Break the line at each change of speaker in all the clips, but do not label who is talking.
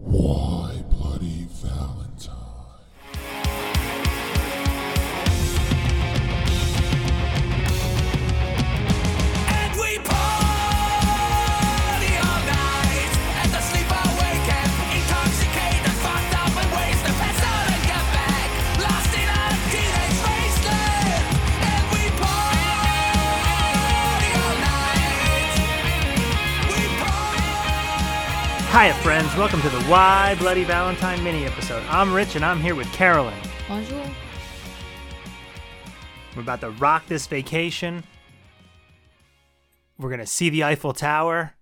Why Bloody Valentine?
And we party all night, and the sleeper wake up, intoxicated, fucked up, and ways to pass out and get back, lost in a teenage wasteland. And we party all night. We party.
Hiya, friends. Welcome to the Why Bloody Valentine mini episode. I'm Rich and I'm here with Carolyn.
Bonjour.
We're about to rock this vacation. We're going to see the Eiffel Tower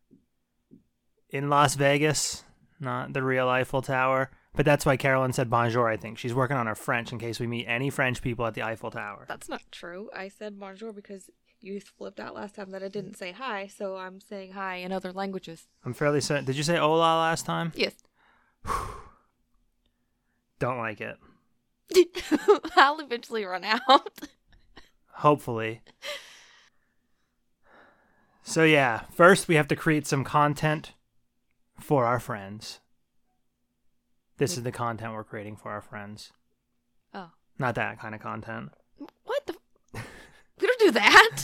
in Las Vegas, not the real Eiffel Tower. But that's why Carolyn said bonjour, I think. She's working on her French in case we meet any French people at the Eiffel Tower.
That's not true. I said bonjour because you flipped out last time that I didn't say hi, so I'm saying hi in other languages.
I'm fairly certain. Did you say hola last time?
Yes.
Don't like it.
I'll eventually run out.
Hopefully. So, yeah, first we have to create some content for our friends. This is the content we're creating for our friends.
Oh.
Not that kind of content.
What the? We don't do that.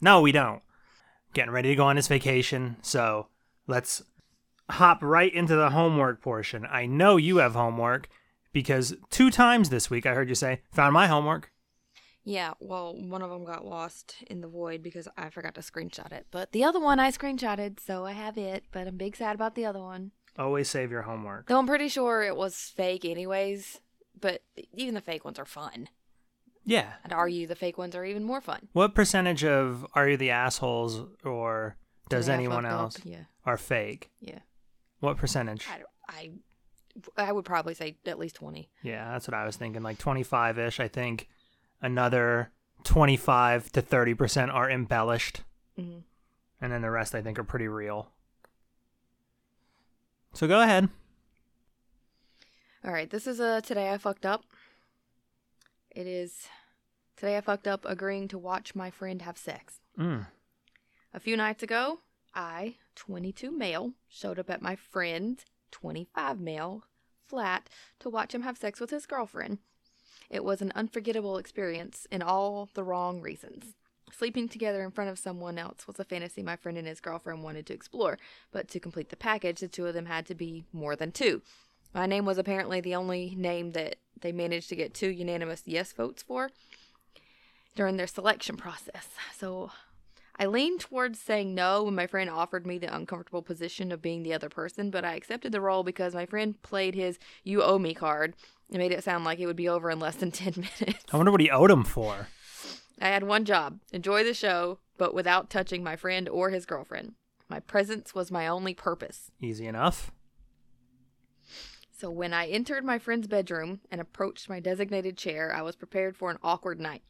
No, we don't. Getting ready to go on this vacation, so let's hop right into the homework portion. I know you have homework because two times this week I heard you say, found my homework.
yeah, well, one of them got lost in the void because I forgot to screenshot it. But the other one I screenshotted, so I have it, but I'm big sad about the other one.
Always save your homework.
Though I'm pretty sure it was fake, anyways. But even the fake ones are fun.
Yeah.
I'd argue the fake ones are even more fun.
What percentage of Are You the Assholes or
Do
Does
they have
Anyone
fucked up?
Else
Yeah.
are fake?
Yeah.
What percentage?
I, don't- I, I would probably say at least 20.
Yeah, that's what I was thinking. Like 25 ish. I think another 25 to 30% are embellished.
Mhm.
And then the rest I think are pretty real. So go ahead.
All right, this is a Today I Fucked Up. It is Today I Fucked Up agreeing to watch my friend have sex.
Mm.
A few nights ago, I, 22 male, showed up at my friend, 25 male, flat to watch him have sex with his girlfriend. It was an unforgettable experience in all the wrong reasons. Sleeping together in front of someone else was a fantasy my friend and his girlfriend wanted to explore, but to complete the package, the two of them had to be more than two. My name was apparently the only name that they managed to get two unanimous yes votes for during their selection process. So I leaned towards saying no when my friend offered me the uncomfortable position of being the other person, but I accepted the role because my friend played his you owe me card and made it sound like it would be over in less than 10 minutes.
I wonder what he owed him for.
I had one job enjoy the show, but without touching my friend or his girlfriend. My presence was my only purpose.
Easy enough.
So when I entered my friend's bedroom and approached my designated chair, I was prepared for an awkward night.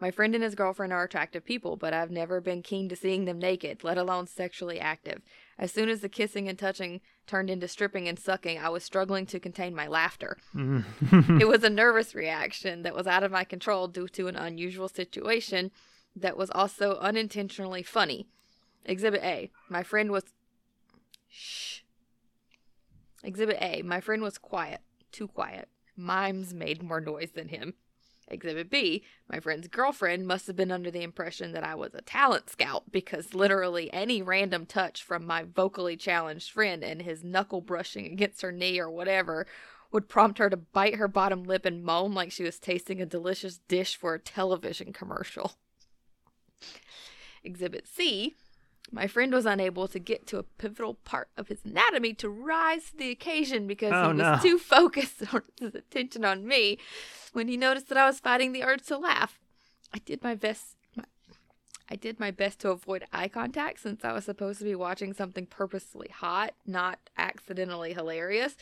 My friend and his girlfriend are attractive people, but I've never been keen to seeing them naked, let alone sexually active. As soon as the kissing and touching turned into stripping and sucking, I was struggling to contain my laughter. it was a nervous reaction that was out of my control due to an unusual situation that was also unintentionally funny. Exhibit A. My friend was. Shh. Exhibit A. My friend was quiet, too quiet. Mimes made more noise than him. Exhibit B. My friend's girlfriend must have been under the impression that I was a talent scout because literally any random touch from my vocally challenged friend and his knuckle brushing against her knee or whatever would prompt her to bite her bottom lip and moan like she was tasting a delicious dish for a television commercial. Exhibit C. My friend was unable to get to a pivotal part of his anatomy to rise to the occasion because
Oh,
he was
no.
too focused on his attention on me when he noticed that I was fighting the urge to laugh. I did my best. My, I did my best to avoid eye contact since I was supposed to be watching something purposely hot, not accidentally hilarious.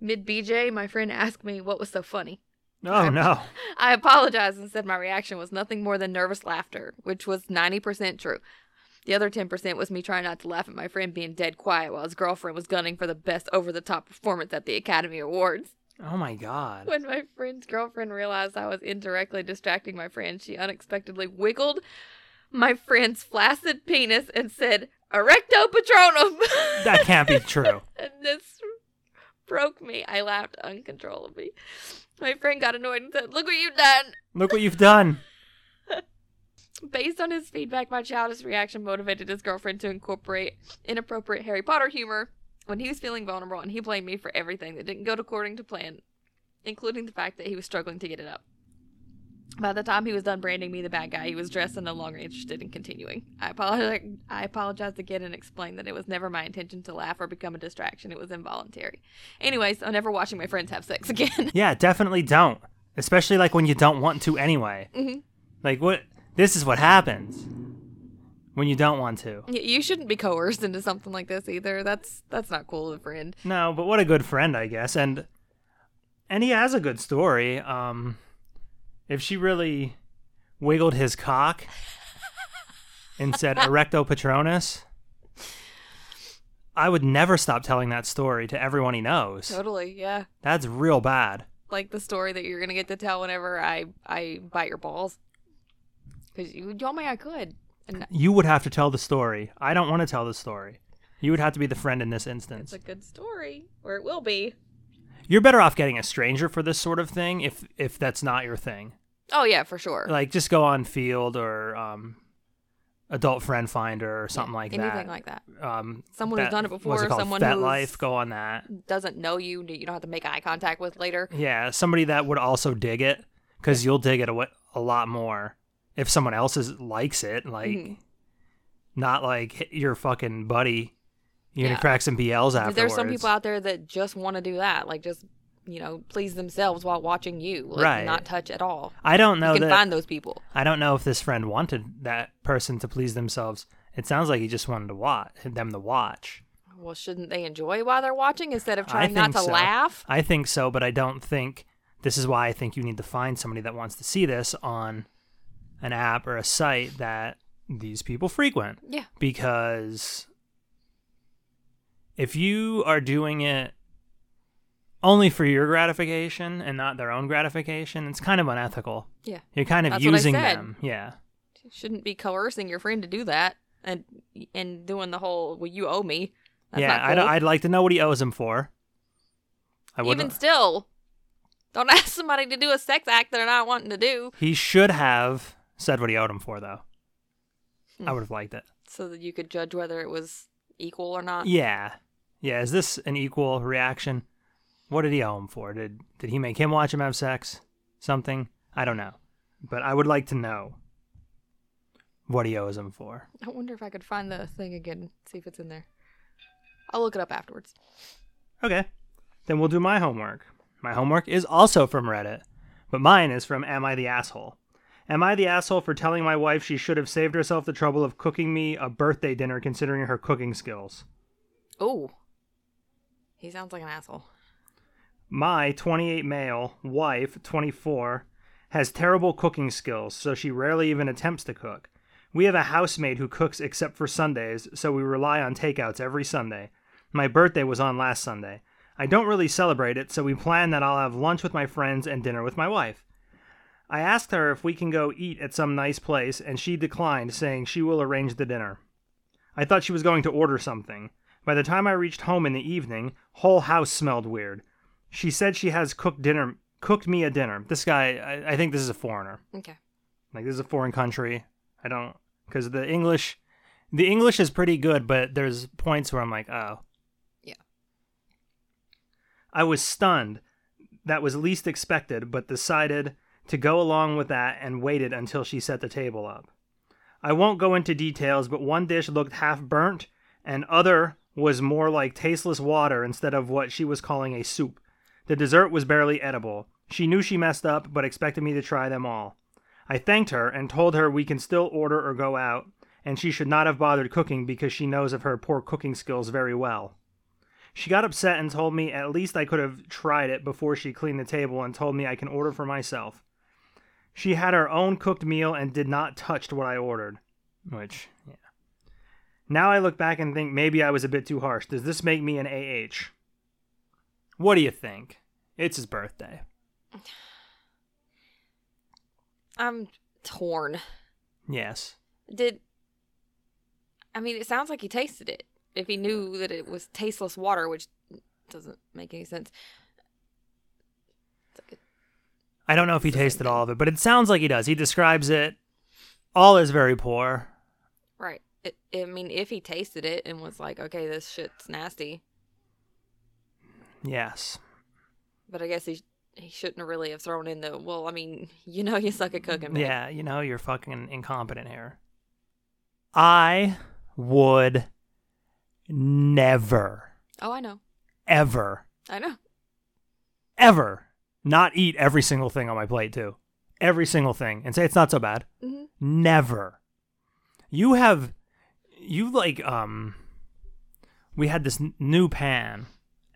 Mid BJ, my friend asked me what was so funny.
Oh no.
I apologized and said my reaction was nothing more than nervous laughter, which was 90% true. The other 10% was me trying not to laugh at my friend being dead quiet while his girlfriend was gunning for the best over the top performance at the Academy Awards.
Oh my god.
When my friend's girlfriend realized I was indirectly distracting my friend, she unexpectedly wiggled my friend's flaccid penis and said, Erecto Patronum!
That can't be true.
and this broke me. I laughed uncontrollably. My friend got annoyed and said, Look what you've done!
Look what you've done.
Based on his feedback, my childish reaction motivated his girlfriend to incorporate inappropriate Harry Potter humor when he was feeling vulnerable, and he blamed me for everything that didn't go according to plan, including the fact that he was struggling to get it up. By the time he was done branding me the bad guy, he was dressed and no longer interested in continuing. I apologize. I apologized again and explained that it was never my intention to laugh or become a distraction. It was involuntary. Anyways, I'm never watching my friends have sex again.
Yeah, definitely don't. Especially like when you don't want to anyway.
Mhm.
Like what? This is what happens when you don't want to.
Y- you shouldn't be coerced into something like this either. That's that's not cool of a friend.
No, but what a good friend, I guess. And and he has a good story. Um, if she really wiggled his cock and said "erecto patronus," I would never stop telling that story to everyone he knows.
Totally, yeah.
That's real bad.
Like the story that you're gonna get to tell whenever I I bite your balls. Cause you, y'all may I could. And
You would have to tell the story. I don't want to tell the story. You would have to be the friend in this instance.
it's a good story, or it will be.
You're better off getting a stranger for this sort of thing if if that's not your thing.
Oh yeah, for sure.
Like just go on Field or um, Adult Friend Finder or something
Yeah,
like
anything
that.
like that.
um,
Someone who's
Bet-
done it before,
What's it called?
someone
Fet
who's- Mm.
Life. Go on that.
Doesn't know you. You don't have to make eye contact with later.
Yeah, somebody that would also dig it because you'll dig it a, wa- a lot more if someone else is, likes it. Like
Mhm.
not like h- your fucking buddy. You're
Yeah.
gonna crack some BLs afterwards.
There's some people out there that just want to do that, like just you know please themselves while watching you, like
Right.
not touch at all.
I don't
you
know
can
that.
find those people.
I don't know if this friend wanted that person to please themselves. It sounds like he just wanted to watch them to watch.
Well, shouldn't they enjoy while they're watching instead of
I
trying not
think
to
so.
laugh?
I think so, but I don't think this is why I think you need to find somebody that wants to see this on an app or a site that these people frequent
Yeah.
because if you are doing it only for your gratification and not their own gratification, it's kind of unethical.
Yeah.
You're kind of
That's what I
using
said.
them. Yeah.
shouldn't be coercing your friend to do that and and doing the whole well you owe me That's
yeah,
not
I'd,
cool.
I'd like to know what he owes him for. I would.
even still don't ask somebody to do a sex act they're not wanting to do
he should have said what he owed him for, though.
Hmm.
I would have liked it.
so that you could judge whether it was equal or not
Yeah, yeah. Is this an equal reaction? What did he owe him for? Did did he make him watch him have sex? Something I don't know, but I would like to know what he owes him for.
i wonder if i could find the thing again see if it's in there i'll look it up afterwards
Okay, then we'll do my homework. My homework is also from Reddit, but mine is from Am I the Asshole? Am I the asshole for telling my wife she should have saved herself the trouble of cooking me a birthday dinner considering her cooking skills?
oh he sounds like an asshole
My 28 male wife, 24, has terrible cooking skills, so she rarely even attempts to cook. We have a housemaid who cooks except for Sundays, so we rely on takeouts every Sunday. My birthday was on last Sunday. I don't really celebrate it, so we plan that I'll have lunch with my friends and dinner with my wife. I asked her if we can go eat at some nice place, and she declined, saying she will arrange the dinner. I thought she was going to order something. By the time I reached home in the evening, whole house smelled weird. She said she has cooked dinner, cooked me a dinner. This guy, I, I think this is a foreigner.
okay
Like this is a foreign country. I don't because the English, the English is pretty good, but there's points where I'm like, oh,
Yeah.
I was stunned. That was least expected, but decided to go along with that and waited until she set the table up. I won't go into details, but one dish looked half burnt, and other was more like tasteless water instead of what she was calling a soup. The dessert was barely edible. She knew she messed up, but expected me to try them all. I thanked her and told her we can still order or go out, and she should not have bothered cooking because she knows of her poor cooking skills very well. She got upset and told me at least I could have tried it before she cleaned the table and told me I can order for myself. She had her own cooked meal and did not touch what I ordered, which, yeah. Now I look back and think maybe I was a bit too harsh. Does this make me an AH? What do you think? It's his birthday.
I'm torn.
Yes.
Did I mean it sounds like he tasted it. If he knew that it was tasteless water, which doesn't make any sense.
I don't know if he tasted all of it, but it sounds like he does. He describes it all as very poor.
Right. It, I mean, if he tasted it and was like, "Okay, this shit's nasty,"
Yes.
but I guess he he shouldn't have really have thrown in the. Well, I mean, you know, you suck at cooking. babe."
Yeah, you know, you're fucking incompetent here. I would never,
Oh, I know.
ever,
I know.
ever not eat every single thing on my plate, too. Every single thing and say it's not so bad.
hmm
Never. You have, you like, um, we had this n- new pan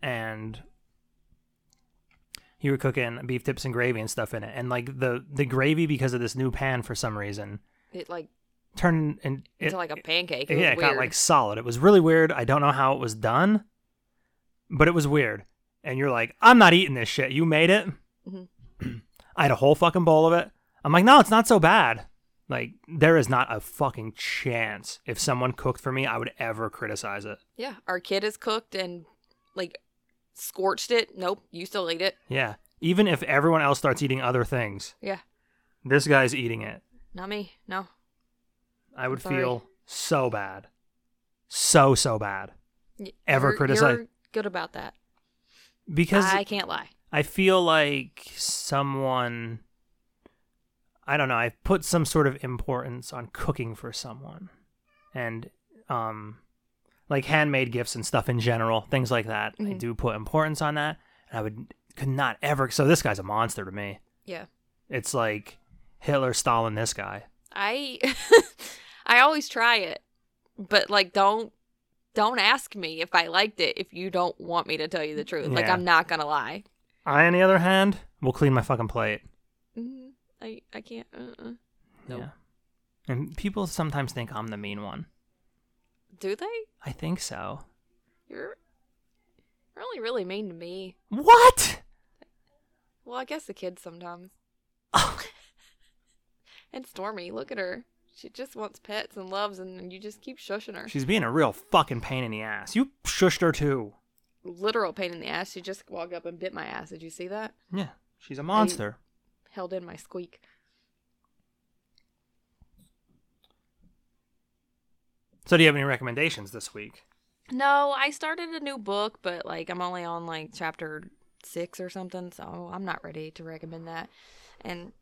and you were cooking beef tips and gravy and stuff in it. And like the, the gravy, because of this new pan for some reason,
It like
turned and
into like a pancake. It
yeah, it
was weird.
got like solid. It was really weird. I don't know how it was done, but it was weird. And you're like, I'm not eating this shit. You made it.
Mhm.
I had a whole fucking bowl of it. I'm like, no, it's not so bad. Like, there is not a fucking chance if someone cooked for me, I would ever criticize it.
yeah. Our kid is cooked and like scorched it. Nope, you still eat it.
Yeah. Even if everyone else starts eating other things,
Yeah,
this guy's eating it.
not me. No.
I would
Sorry.
feel so bad. So, so bad.
Y-
Ever
you're-
criticize-
You're good about that.
Because
I can't lie.
I feel like someone I don't know, I've put some sort of importance on cooking for someone and um like handmade gifts and stuff in general, things like that. I
Mhm.
do put importance on that and I would could not ever so this guy's a monster to me.
Yeah.
It's like Hitler Stalin this guy.
I I always try it, but like don't don't ask me if I liked it if you don't want me to tell you the truth. Like
Yeah.
I'm not gonna lie.
I on the other hand will clean my fucking plate.
Mhm. I I can't. Uh-uh. Nope.
Yeah. And people sometimes think I'm the mean one.
Do they?
I think so.
You're really really mean to me.
What?
Well, I guess the kids sometimes. and Stormy, look at her. She just wants pets and loves, and you just keep shushing her.
She's being a real fucking pain in the ass. You shushed her too.
Literal pain in the ass. She just walked up and bit my ass. Did you see that?
Yeah, she's a monster.
Held in my squeak.
So, do you have any recommendations this week?
No, I started a new book, but like I'm only on like chapter six or something, so I'm not ready to recommend that. And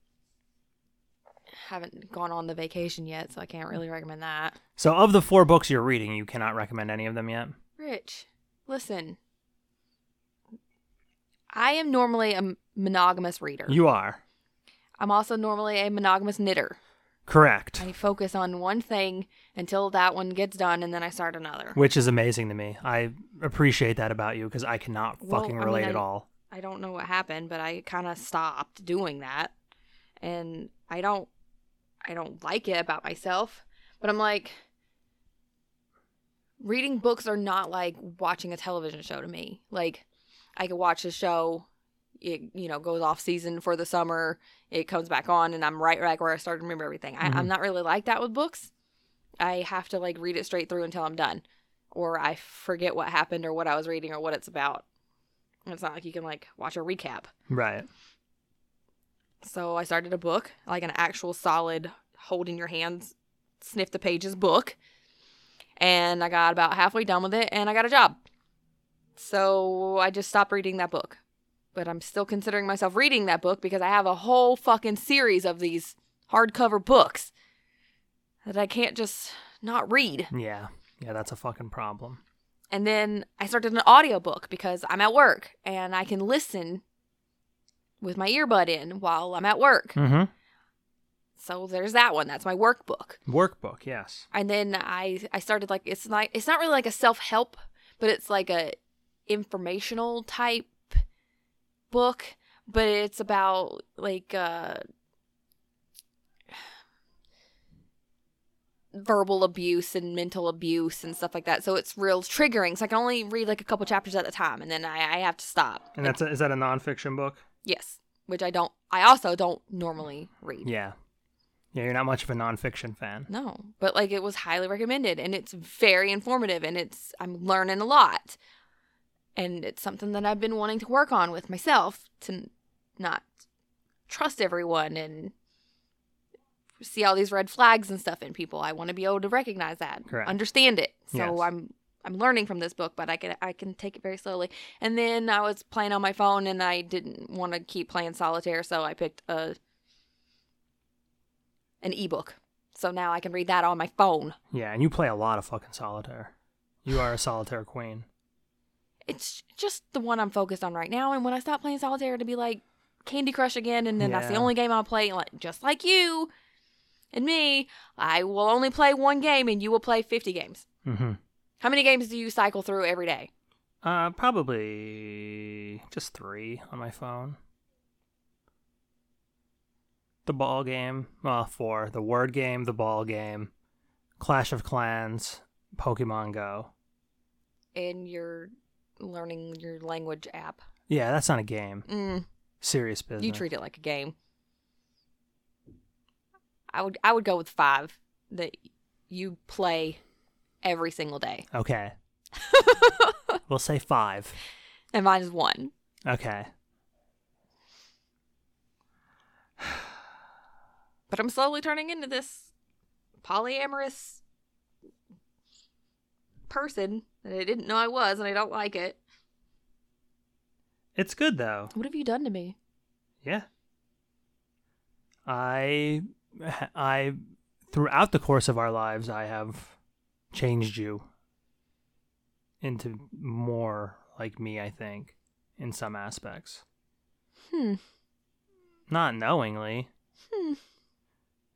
haven't gone on the vacation yet, so I can't really recommend that.
So, of the four books you're reading, you cannot recommend any of them yet.
Rich, listen. I am normally a monogamous reader.
You are
I'm also normally a monogamous knitter.
correct,
I focus on one thing until that one gets done, and then I start another.
which is amazing to me. I appreciate that about you because I cannot
Well,
fucking
I mean,
relate
I-
at all.
I don't know what happened, but I kind of stopped doing that, and I don't, I don't like it about myself. But I'm like, reading books are not like watching a television show to me. Like, I could watch a show, it you know goes off season for the summer, it comes back on, and I'm right back where I started. Remember everything. I,
Mhm.
I'm not really like that with books. I have to like read it straight through until I'm done, or I forget what happened or what I was reading or what it's about. It's not like you can like watch a recap.
Right.
So I started a book, like an actual solid hold in your hands, sniff the pages book. And I got about halfway done with it and I got a job. So I just stopped reading that book. But I'm still considering myself reading that book because I have a whole fucking series of these hardcover books that I can't just not read.
Yeah. Yeah, that's a fucking problem.
And then I started an audiobook because I'm at work and I can listen with my earbud in while I'm at work.
Mm-hmm.
So there's that one. That's my workbook.
Workbook. Yes.
And then I I started like it's not it's not really like a self-help, but it's like a informational type book, but it's about like uh verbal abuse and mental abuse and stuff like that. So it's real triggering. So I can only read like a couple chapters at a time, and then I, I have to stop.
And that's a, is that a nonfiction book?
Yes, which I don't. I also don't normally read.
Yeah. Yeah, you're not much of a nonfiction fan.
No, but like it was highly recommended and it's very informative and it's I'm learning a lot. And it's something that I've been wanting to work on with myself to n- not trust everyone and see all these red flags and stuff in people. I want to be able to recognize that,
Correct.
understand it. So
Yes.
I'm I'm learning from this book, but I can I can take it very slowly. And then I was playing on my phone and I didn't want to keep playing solitaire, so I picked a an ebook. So now I can read that on my phone.
Yeah, and you play a lot of fucking solitaire. You are a solitaire queen.
It's just the one I'm focused on right now. And when I stop playing solitaire, to be like Candy Crush again, and then that's the
Yeah.
only game I'll play. Like just like you and me, I will only play one game, and you will play fifty games.
Mm-hmm.
How many games do you cycle through every day?
Uh, probably just three on my phone. The ball game, well, four. The word game, the ball game, Clash of Clans, Pokemon Go.
And you're learning your language app.
Yeah, that's not a game.
Mm,
Serious business.
you treat it like a game. I would I would go with five that you play every single day,
Okay. we'll say five.
and mine is one.
Okay.
But I'm slowly turning into this polyamorous person that I didn't know I was, and I don't like it.
It's good though.
What have you done to me?
Yeah. I I throughout the course of our lives I have changed you into more like me, I think, in some aspects.
Hmm.
Not knowingly.
Hmm.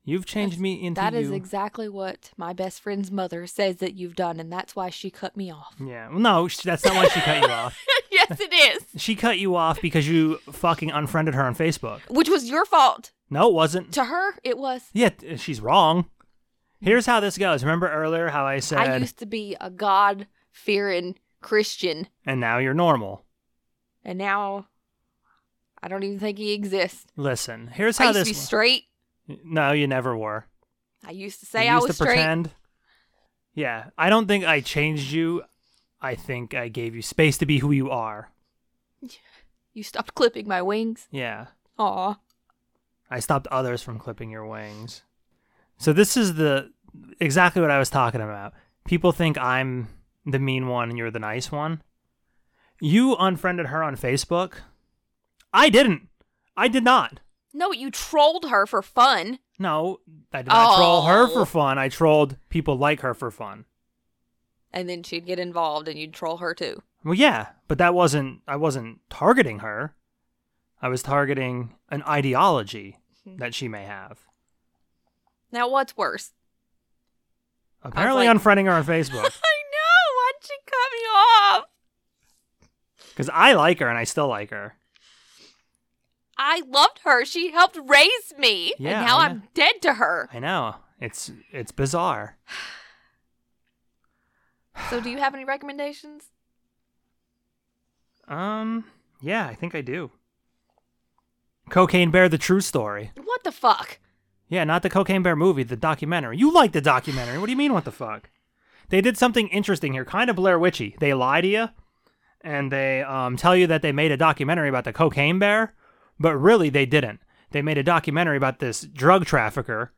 You've changed me into
That is
you.
exactly what my best friend's mother says that you've done, and that's why she cut me off.
yeah. Well, no, sh- that's not why she cut you off.
yes, it is.
She cut you off because you fucking unfriended her on Facebook.
Which was your fault.
No, it wasn't.
To her, it was.
Yeah, t- she's wrong. Here's how this goes. Remember earlier how I said,
I used to be a God fearing Christian,
and now you're normal.
and now I don't even think he exists.
Listen, here's
I
how
used to
this.
be straight.
no, you never were.
I used to say
you
I
used
was
to
straight.
pretend. Yeah, I don't think I changed you. I think I gave you space to be who you are.
You stopped clipping my wings.
Yeah,
Aw.
I stopped others from clipping your wings. So this is the exactly what I was talking about. People think I'm the mean one and you're the nice one. You unfriended her on Facebook. I didn't. I did not.
No, you trolled her for fun.
No, I did not troll her
Oh.
for fun. I trolled people like her for fun.
And then she'd get involved and you'd troll her too.
Well, yeah, but that wasn't. I wasn't targeting her. I was targeting an ideology
Hmm.
that she may have.
Now, what's worse?
Apparently,
like-
unfriending her on Facebook
I know. Why'd she cut me off?
because I like her and I still like her.
I loved her. She helped raise me.
Yeah,
and now
I
I'm
know.
dead to her.
I know it's it's bizarre.
So do you have any recommendations?
Um, yeah, I think I do. Cocaine Bear: The True Story.
What the fuck?
Yeah, not the Cocaine Bear movie, the documentary. You like the documentary. What do you mean, what the fuck? They did something interesting here, kind of Blair Witchy. They lie to you and they um, tell you that they made a documentary about the Cocaine Bear, but really they didn't. They made a documentary about this drug trafficker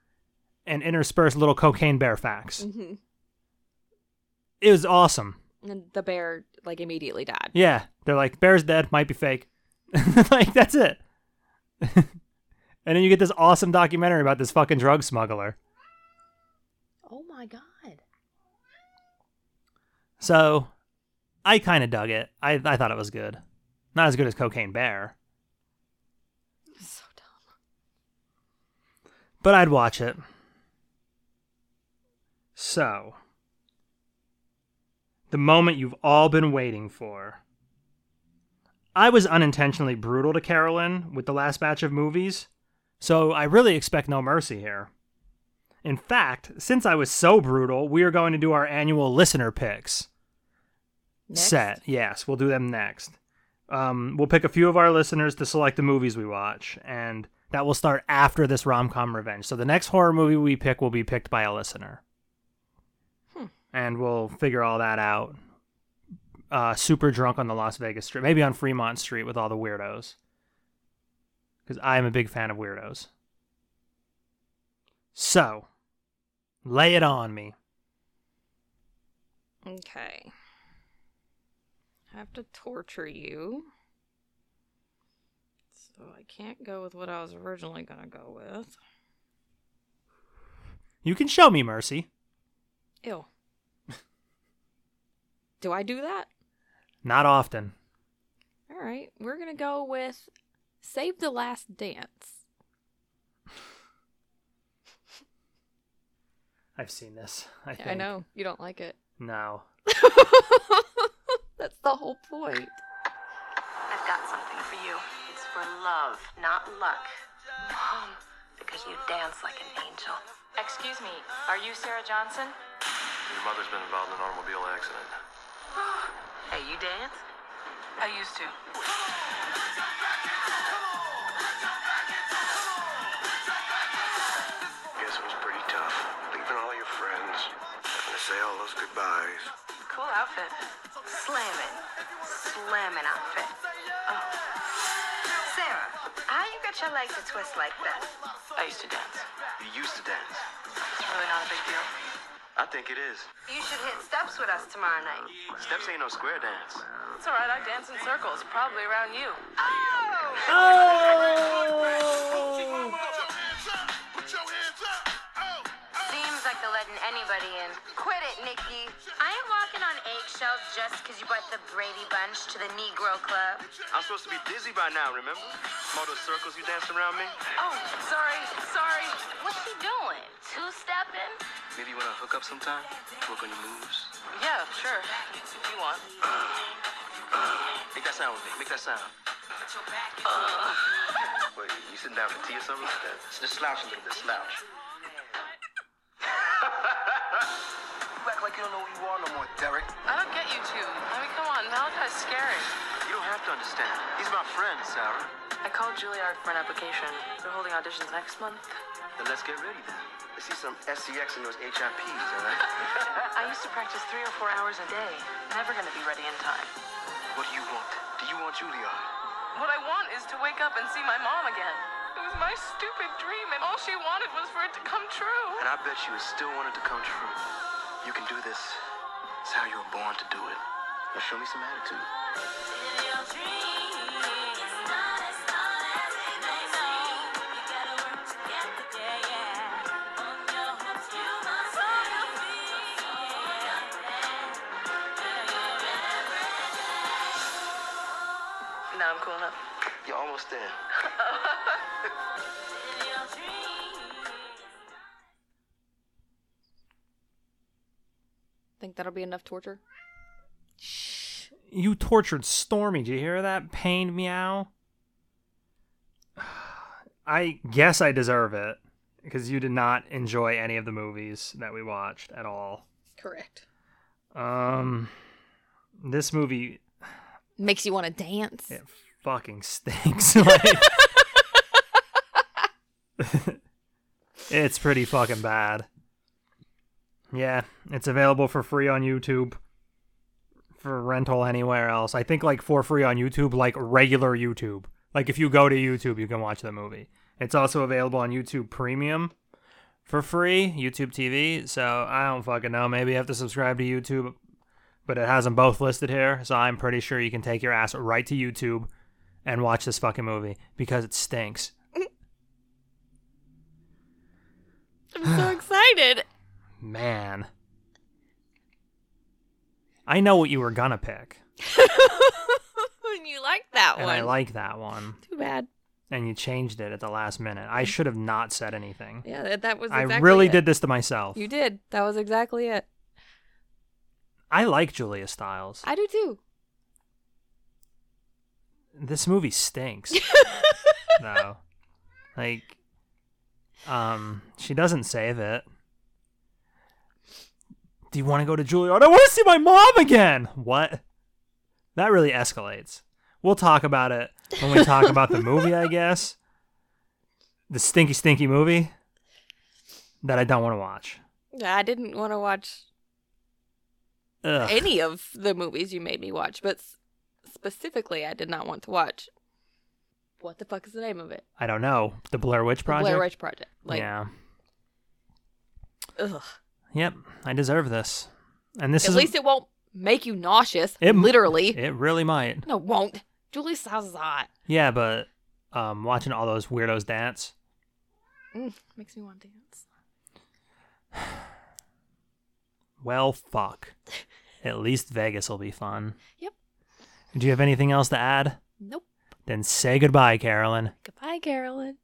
and interspersed little Cocaine Bear facts.
Mhm.
It was awesome.
And the bear like immediately died.
Yeah, they're like, Bear's dead, might be fake. like, that's it. and then you get this awesome documentary about this fucking drug smuggler.
Oh my god.
So I kind of dug it. I, I thought it was good. Not as good as Cocaine Bear,
So dumb.
but I'd watch it. So, the moment you've all been waiting for. I was unintentionally brutal to Carolyn with the last batch of movies, so I really expect no mercy here. In fact, since I was so brutal, we are going to do our annual listener picks
Next.
set. Yes, we'll do them next. Um, we'll pick a few of our listeners to select the movies we watch, and that will start after this rom com revenge. So the next horror movie we pick will be picked by a listener. And we'll figure all that out. Uh, super drunk on the Las Vegas Strip, maybe on Fremont Street with all the weirdos. Because I'm a big fan of weirdos. So, lay it on me.
Okay. I have to torture you. So I can't go with what I was originally going to go with.
You can show me mercy.
Ew. do I do that?
Not often.
All right. We're going to go with Save the Last Dance.
I've seen this. I, think.
I know. You don't like it.
No.
That's the whole point.
I've got something for you. It's for love, not luck. Come, because you dance like an angel.
Excuse me, are you Sarah Johnson?
Your mother's been involved in an automobile accident.
Hey, you dance?
I used to.
Guess it was pretty tough. Leaving all your friends, having to say all those goodbyes.
Cool outfit. Slammin'. Slammin' outfit. Oh. Sarah, how you got your legs to twist like that?
I used to dance.
You used to dance.
It's really not a big deal.
I think it is.
You should hit steps with us tomorrow night.
Steps ain't no square dance.
It's alright, I dance in circles, probably around you.
Oh! Seems like they're letting anybody in. Quit it, Nikki. I ain't walking on eggshells just because you brought the Brady Bunch to the Negro Club.
I'm supposed to be dizzy by now, remember? From all those circles you danced around me?
Oh, sorry, sorry.
What's he doing? Two stepping?
Maybe you wanna hook up sometime? Work on your moves?
Yeah, sure. If you want.
Make that sound with me. Make that sound. Wait, you sitting down for tea or something? Just slouch a little bit, slouch. you act like you don't know who you are no more, Derek.
I don't get you two. I mean, come on, that guy's scary.
You don't have to understand. He's my friend, Sarah.
I called Juilliard for an application. They're holding auditions next month.
Then let's get ready then. Let's see some SCX in those HIPs, all right?
Uh, I used to practice three or four hours a day. Never gonna be ready in time.
What do you want? Do you want Juilliard?
What I want is to wake up and see my mom again. It was my stupid dream, and all she wanted was for it to come true.
And I bet you it still wanted to come true. You can do this. It's how you were born to do it. Now show me some attitude.
No, I'm cool enough.
You're almost there.
Think that'll be enough torture?
You tortured Stormy. Did you hear that? Pained meow. I guess I deserve it because you did not enjoy any of the movies that we watched at all.
Correct.
Um, this movie
Makes you want to dance.
it fucking stinks. like, it's pretty fucking bad. Yeah, it's available for free on YouTube. For rental anywhere else. I think like for free on YouTube, like regular YouTube. Like if you go to YouTube, you can watch the movie. It's also available on YouTube Premium for free, YouTube TV. So I don't fucking know. Maybe you have to subscribe to YouTube but it has them both listed here, so I'm pretty sure you can take your ass right to YouTube and watch this fucking movie because it stinks.
I'm so excited.
Man. I know what you were gonna pick,
and you like that
and
one.
I like that one.
Too bad.
And you changed it at the last minute. I should have not said anything.
Yeah, that, that was
I
exactly
really
it.
did this to myself.
You did. That was exactly it.
I like Julia Stiles.
I do too.
this movie stinks. though. Like, um, she doesn't save it. Do you want to go to Juilliard? I want to see my mom again. What? That really escalates. We'll talk about it when we talk about the movie, I guess. The stinky, stinky movie that I don't want to watch.
I didn't want to watch
Ugh.
any of the movies you made me watch, but s- specifically, I did not want to watch. What the fuck is the name of it?
I don't know. The Blair Witch
The
Project?
Blair Witch Project. Like,
yeah.
ugh.
Yep. I deserve this. And this
At
is.
least it won't make you nauseous.
It m-
literally.
it really might.
no, it won't. Julie Styles is hot.
Yeah, but um, watching all those weirdos dance.
Mm, makes me want to dance.
Well, fuck. At least Vegas will be fun.
Yep.
Do you have anything else to add?
Nope.
Then say goodbye, Carolyn.
Goodbye, Carolyn.